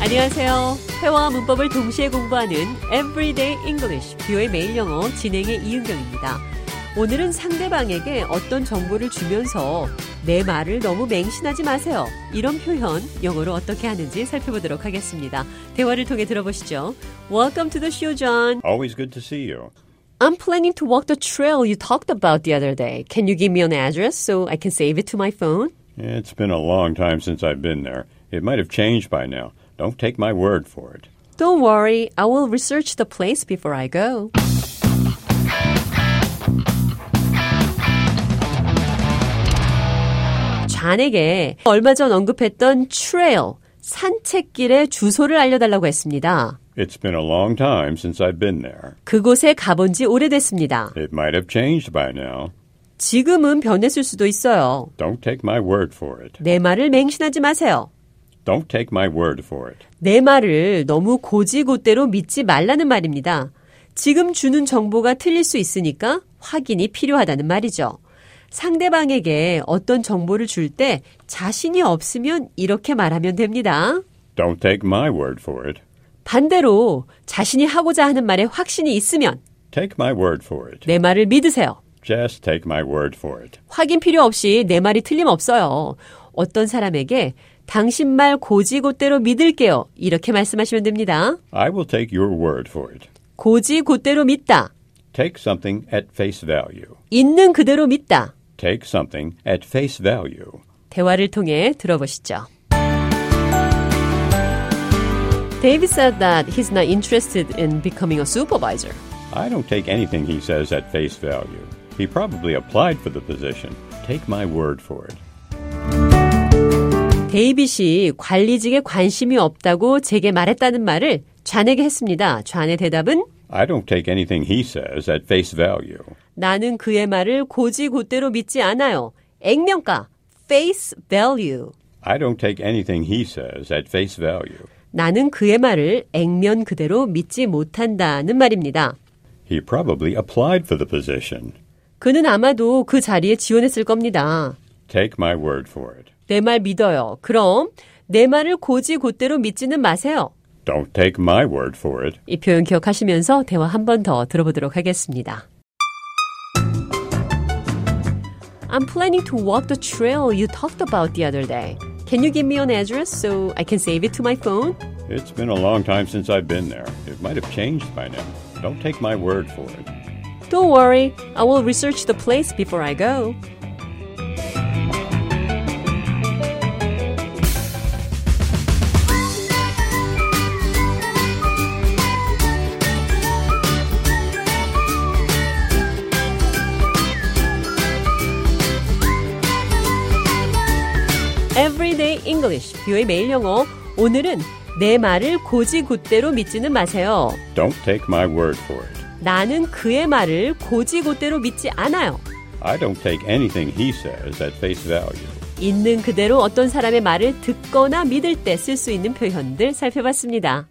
안녕하세요. 회화와 문법을 동시에 공부하는 Everyday English, 뷰의 매일 영어 진행의 이은경입니다. 오늘은 상대방에게 어떤 정보를 주면서 내 말을 너무 맹신하지 마세요. 이런 표현 영어로 어떻게 하는지 살펴보도록 하겠습니다. 대화를 통해 들어보시죠. Welcome to the show, John. Always good to see you. I'm planning to walk the trail you talked about the other day. Can you give me an address so I can save it to my phone? It's been a long time since I've been there. It might have changed by now. Don't take my word for it. Don't worry, I will research the place before I go. 잔에게 얼마 전 언급했던 트레일, 산책길의 주소를 알려달라고 했습니다. It's been a long time since I've been there. 그곳에 가본 지 오래됐습니다. It might have changed by now. 지금은 변했을 수도 있어요. Don't take my word for it. 내 말을 맹신하지 마세요. Don't take my word for it. 내 말을 너무 고지고대로 믿지 말라는 말입니다. 지금 주는 정보가 틀릴 수 있으니까 확인이 필요하다는 말이죠. 상대방에게 어떤 정보를 줄 때 자신이 없으면 이렇게 말하면 됩니다. Don't take my word for it. 반대로 자신이 하고자 하는 말에 확신이 있으면 Take my word for it. 내 말을 믿으세요. Just take my word for it. 확인 필요 없이 내 말이 틀림없어요. 어떤 사람에게 당신 말 고지고대로 믿을게요. 이렇게 말씀하시면 됩니다. I will take your word for it. 고지고대로 믿다. Take something at face value. 있는 그대로 믿다. Take something at face value. 대화를 통해 들어보시죠. David said that he's not interested in becoming a supervisor. I don't take anything he says at face value. He probably applied for the position. Take my word for it. 데이빗이 관리직에 관심이 없다고 제게 말했다는 말을 좌에게 했습니다. 좌의 대답은 I don't take anything he says at face value. 나는 그의 말을 고지고대로 믿지 않아요. 액면가 face value. I don't take anything he says at face value. 나는 그의 말을 액면 그대로 믿지 못한다는 말입니다. He probably applied for the position. 그는 아마도 그 자리에 지원했을 겁니다. Take my word for it. 내 말 믿어요. 그럼 내 말을 고지고대로 믿지는 마세요. Don't take my word for it. 이 표현 기억하시면서 대화 한 번 더 들어보도록 하겠습니다. I'm planning to walk the trail you talked about the other day. Can you give me an address so I can save it to my phone? It's been a long time since I've been there. It might have changed by now. Don't take my word for it. Don't worry, I will research the place before I go. Everyday English, 뷰의 매일 영어. 오늘은 내 말을 고지굿대로 믿지는 마세요. Don't take my word for it. 나는 그의 말을 고지고대로 믿지 않아요. I don't take anything he says at face value. 있는 그대로 어떤 사람의 말을 듣거나 믿을 때 쓸 수 있는 표현들 살펴봤습니다.